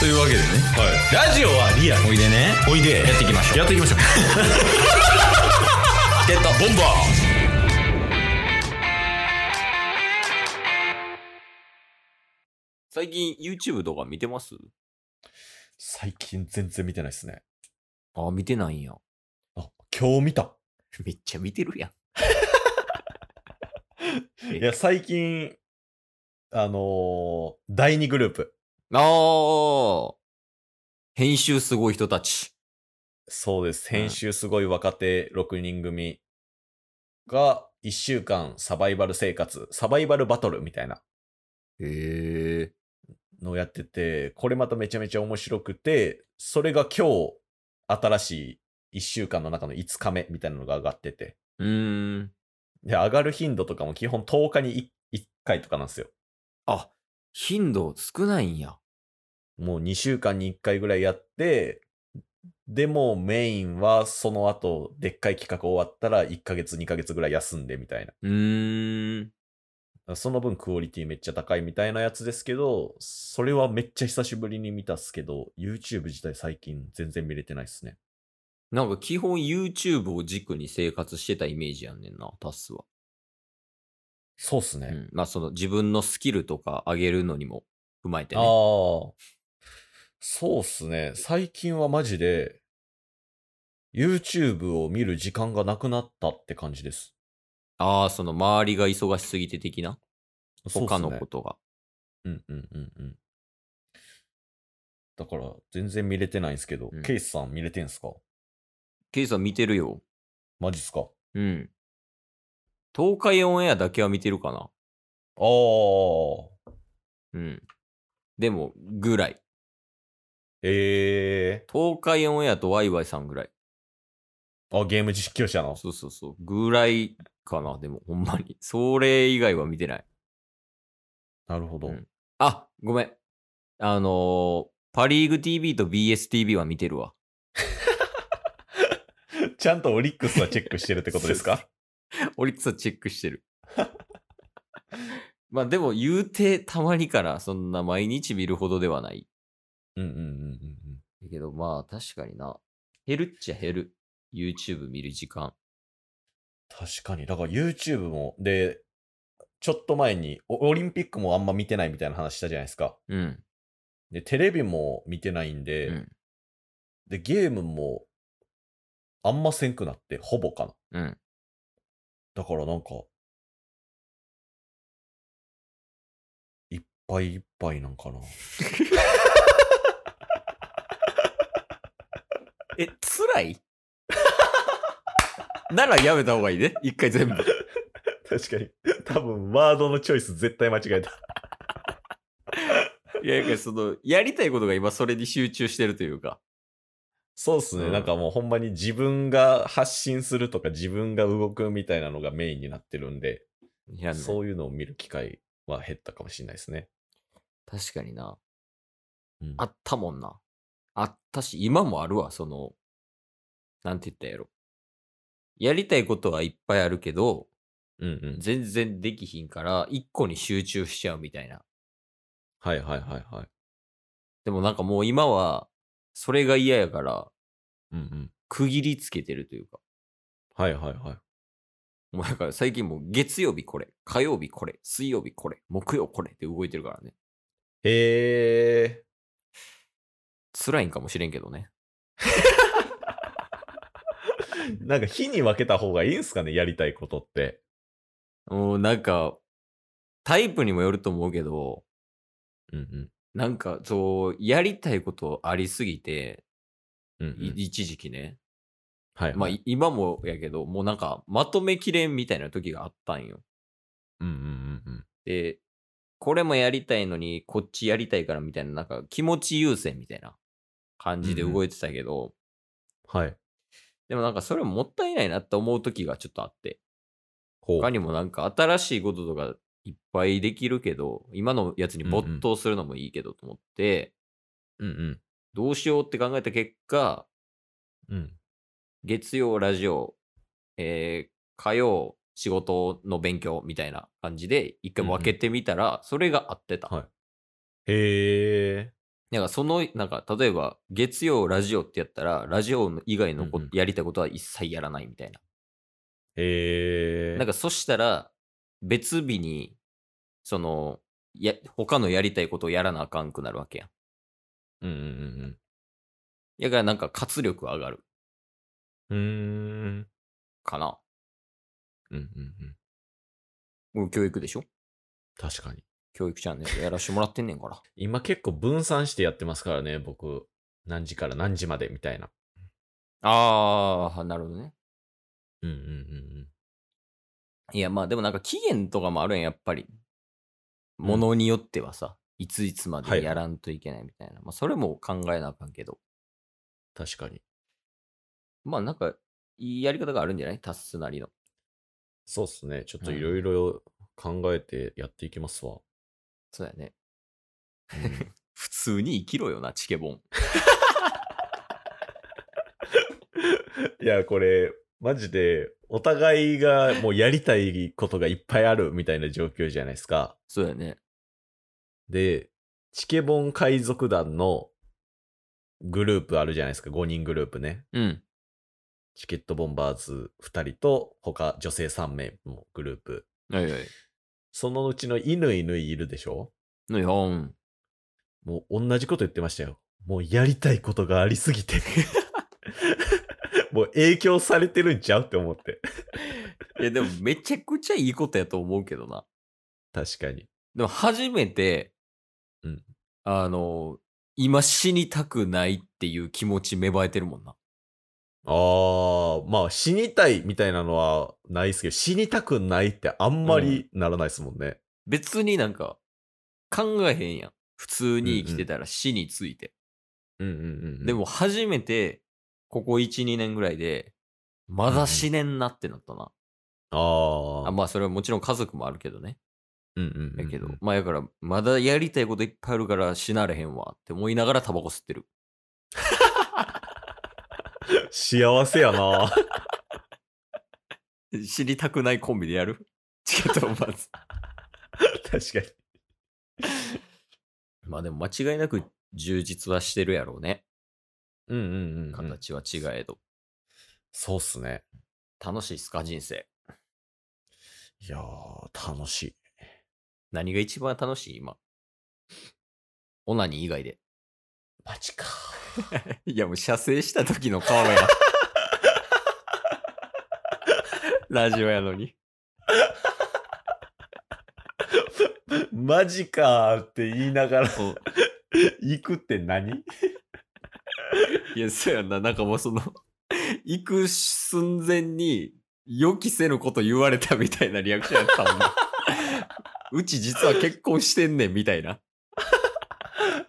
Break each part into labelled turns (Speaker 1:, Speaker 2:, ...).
Speaker 1: というわけでね、ラジオはリアおいでね
Speaker 2: おいで
Speaker 1: やっていきましょう
Speaker 2: やって いきましょう
Speaker 1: ゲットボンバ
Speaker 3: 最近 YouTube とか見てます
Speaker 2: 最近全然見てないですね
Speaker 3: あ、見てないんや。
Speaker 2: あ今日見た
Speaker 3: めっちゃ見てるやん。え
Speaker 2: いや最近あのー第2グループ
Speaker 3: あー編集すごい人たち。
Speaker 2: そうです
Speaker 3: うん
Speaker 2: 編集すごい若手6人組が1週間サバイバル生活サバイバルバトルみたいな
Speaker 3: へえ。
Speaker 2: のをやっててこれまためちゃめちゃ面白くてそれが今日新しい1週間の中の5日目みたいなのが上がってて
Speaker 3: うーん。
Speaker 2: で上がる頻度とかも基本10日に 1, 回とかなんですよ
Speaker 3: あ、頻度少ないんや。
Speaker 2: もう2週間に1回ぐらいやってでもメインはその後でっかい企画終わったら1ヶ月2ヶ月ぐらい休んでみたいう
Speaker 3: ーん。
Speaker 2: なその分クオリティめっちゃ高いみたいなやつですけどそれはめっちゃ久しぶりに見たっすけど YouTube 自体最近全然見れてないっすね
Speaker 3: なんか基本 YouTube を軸に生活してたイメージやんねんな、タスは。
Speaker 2: そうっすね、
Speaker 3: うん。まあその自分のスキルとか上げるのにも踏まえて
Speaker 2: ああ
Speaker 3: ね。
Speaker 2: そうっすね最近はマジで YouTube を見る時間がなくなったって感じです
Speaker 3: ああー、その周りが忙しすぎて的な
Speaker 2: そうっす
Speaker 3: 他
Speaker 2: ね
Speaker 3: のことが。
Speaker 2: うんうんうんうん。だから、全然見れてないんですけど、
Speaker 3: うん
Speaker 2: ケイスさん見れてんすか
Speaker 3: ケイさん見てるよ。
Speaker 2: マジっすかあ
Speaker 3: うん。東海オンエアだけは見てるかな。
Speaker 2: あー。
Speaker 3: うん。でも、ぐらい。
Speaker 2: ええ
Speaker 3: 東海オンエアとワイワイさんぐらい。
Speaker 2: あ、ゲーム実況者の。
Speaker 3: そうそうそう。ぐらいかな。でも、ほんまに。それ以外は見てない。
Speaker 2: なるほど。
Speaker 3: うんあ、ごめん。あのーパリーグ TV と BSTV は見てるわ。
Speaker 2: ちゃんとオリックスはチェックしてるってことですか
Speaker 3: オリックスはチェックしてる。 まあでも言うてたまにからそんな毎日見るほどではない。
Speaker 2: うんうんうんうんうん。
Speaker 3: だけどまあ確かにな。減るっちゃ減る。YouTube 見る時間。
Speaker 2: 確かに。だから YouTube も、で、ちょっと前にオオリンピックもあんま見てないみたいな話したじゃないですか。
Speaker 3: うん。
Speaker 2: で、テレビも見てないんで、
Speaker 3: うん
Speaker 2: で、ゲームもあんませんくなって、ほぼかな。
Speaker 3: うん。
Speaker 2: だからなんか、いっぱいいっぱいなんかな。
Speaker 3: え、辛い ならやめた方がいいね。一回全部。
Speaker 2: 確かに。多分、ワードのチョイス絶対間違えた。
Speaker 3: いや、いやその、やりたいことが今それに集中してるというか。
Speaker 2: そうっすね、
Speaker 3: うん
Speaker 2: なんかもうほんまに自分が発信するとか自分が動くみたいなのがメインになってるんで、
Speaker 3: いや
Speaker 2: そういうのを見る機会は減ったかもしれないですね。
Speaker 3: 確かにな。
Speaker 2: うん
Speaker 3: あったもんな。あったし、今もあるわ、その、なんて言ったんやろ。やりたいことはいっぱいあるけど、
Speaker 2: うんうん。
Speaker 3: 全然できひんから、一個に集中しちゃうみたいな。
Speaker 2: はいはいはいはい。
Speaker 3: でもなんかもう今は、それが嫌やから、
Speaker 2: うんうん。
Speaker 3: 区切りつけてるというか。
Speaker 2: はいはいはい。
Speaker 3: もうだから最近もう月曜日これ、火曜日これ、水曜日これ、木曜これって動いてるからね。
Speaker 2: へえ。
Speaker 3: 辛いんかもしれんけどね。
Speaker 2: なんか日に分けた方がいいんすかね、やりたいことって。
Speaker 3: もうなんか、タイプにもよると思うけど、
Speaker 2: うんうん。
Speaker 3: なんかそう、やりたいことありすぎて、
Speaker 2: うんう
Speaker 3: い
Speaker 2: ん、
Speaker 3: 一時期ね。
Speaker 2: はい。
Speaker 3: まあい今もやけど、もうなんかまとめきれんみたいな時があったんよ。
Speaker 2: うんうんうんうん。
Speaker 3: で、これもやりたいのに、こっちやりたいからみたいな、なんか気持ち優先みたいな感じで動いてたけど、
Speaker 2: はい。
Speaker 3: でもなんかそれももったいないなって思う時がちょっとあって。
Speaker 2: ほう
Speaker 3: 他にもなんか新しいこととかいっぱいできるけど、今のやつに没頭するのもいいけどと思って、
Speaker 2: うん
Speaker 3: どうしようって考えた結果、
Speaker 2: うん。うん。
Speaker 3: 月曜ラジオ、えー火曜仕事の勉強みたいな感じで一回分けてみたら、それが合ってた。
Speaker 2: はいへえ。
Speaker 3: なんかその、なんか例えば月曜ラジオってやったら、ラジオ以外のこ
Speaker 2: うんうん
Speaker 3: やりたいことは一切やらないみたいな。
Speaker 2: へえ。
Speaker 3: なんかそしたら、別日に、その、や、他のやりたいことをやらなあかんくなるわけやん。
Speaker 2: うんうん
Speaker 3: だからなんか活力上がる
Speaker 2: うんうん。うーん。
Speaker 3: かな。
Speaker 2: うんうんうん。
Speaker 3: もう教育でしょ
Speaker 2: 確かに。
Speaker 3: 教育チャンネルやらしてもらってんねんから。
Speaker 2: 今結構分散してやってますからね、僕。何時から何時までみたいな。
Speaker 3: ああ、なるほどね。
Speaker 2: うんうんうん
Speaker 3: いや、まあでもなんか期限とかもあるやん、やっぱり。ものによってはさ、いついつま
Speaker 2: は
Speaker 3: で
Speaker 2: い
Speaker 3: やらんといけないみたいな。まあそれも考えなあかんけど。
Speaker 2: 確かに。
Speaker 3: まあなんか、いいやり方があるんじゃないタスなりの。
Speaker 2: そうっすね。ちょっといろいろ考えてやっていきますわ。
Speaker 3: そうだよね。
Speaker 2: うん
Speaker 3: 普通に生きろよな、チケボン。
Speaker 2: いや、これ、マジで、お互いがもうやりたいことがいっぱいあるみたいな状況じゃないですか。
Speaker 3: そうだよね。
Speaker 2: で、チケボン海賊団のグループあるじゃないですか。5人グループね。
Speaker 3: うん。
Speaker 2: チケットボンバーズ2人と、他女性3名のグループ。
Speaker 3: はいはい。
Speaker 2: そのうちの犬犬いるでしょ
Speaker 3: のよん。
Speaker 2: もう同じこと言ってましたよ。もうやりたいことがありすぎて。もう影響されてるんちゃうって思って。
Speaker 3: いや、でもめちゃくちゃいいことやと思うけどな。
Speaker 2: 確かに。
Speaker 3: でも初めて、
Speaker 2: うん
Speaker 3: あの、今死にたくないっていう気持ち芽生えてるもんな。
Speaker 2: ああ、まあ死にたいみたいなのはないですけど、死にたくないってあんまりならないですもんね。
Speaker 3: 別になんか考えへんやん。普通に生きてたら死について。
Speaker 2: うんうんうんうん
Speaker 3: で、も初めて、ここ1、2年ぐらいで、まだ死ねんなってなったな。
Speaker 2: あ
Speaker 3: あ
Speaker 2: あ、
Speaker 3: まあそれはもちろん家族もあるけどね。
Speaker 2: うんうんうんうん
Speaker 3: だけど、まあだから、まだやりたいこといっぱいあるから死なれへんわって思いながらタバコ吸ってる。
Speaker 2: 幸せやな。
Speaker 3: 死にたくないコンビでやる チケットをまず。
Speaker 2: 確かに。
Speaker 3: まあでも間違いなく充実はしてるやろうね。
Speaker 2: うんうんうん、うん。
Speaker 3: 形は違えど。
Speaker 2: そうっすね。
Speaker 3: 楽しいっすか人生。
Speaker 2: いやー、楽しい。
Speaker 3: 何が一番楽しい今。オナニー以外で。
Speaker 2: マジか。
Speaker 3: いやもう射精した時の顔 や。ラジオやのに。
Speaker 2: マジかーって言いながら
Speaker 3: うん
Speaker 2: 行くって何
Speaker 3: いや、そうやんな。なんかもうその、行く寸前に予期せぬこと言われたみたいなリアクションやったもん な。うち実は結婚してんねんみたいな。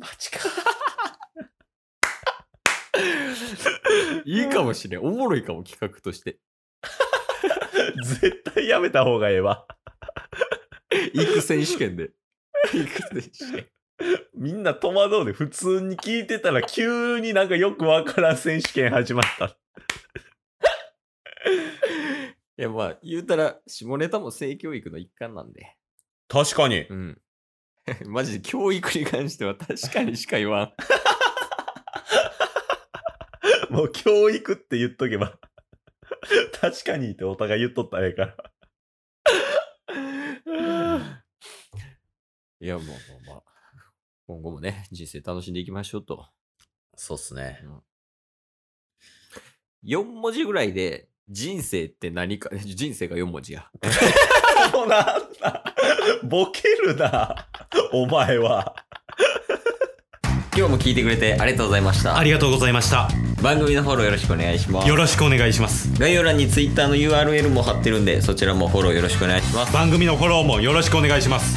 Speaker 2: マジか。
Speaker 3: いいかもしれん。おもろいかも、企画として。
Speaker 2: 絶対やめた方がええわ。
Speaker 3: 行く選手権で。行く選手権。
Speaker 2: みんな戸惑うで、普通に聞いてたら急になんかよくわからん選手権始まった。
Speaker 3: いや、まあ、言うたら、下ネタも性教育の一環なんで。
Speaker 2: 確かに。
Speaker 3: うん。 マジで教育に関しては確かにしか言わん。
Speaker 2: もう教育って言っとけば。確かにってお互い言っとったらええから。
Speaker 3: いや、もう、もう まあ、今後もね、人生楽しんでいきましょうと。
Speaker 2: そうっすね。
Speaker 3: 4文字ぐらいで、人生って何か、 人生が4文字や。
Speaker 2: もうなんだ。ボケるな。お前は。
Speaker 3: 今日も聞いてくれてありがとうございました。
Speaker 1: ありがとうございました
Speaker 3: 番組のフォローよろしくお願いします
Speaker 1: よ。ろしくお願いします
Speaker 3: 概要欄に Twitter の URL も貼ってるんで、そちらもフォローよろしくお願いします。
Speaker 1: 番組のフォローもよろしくお願いします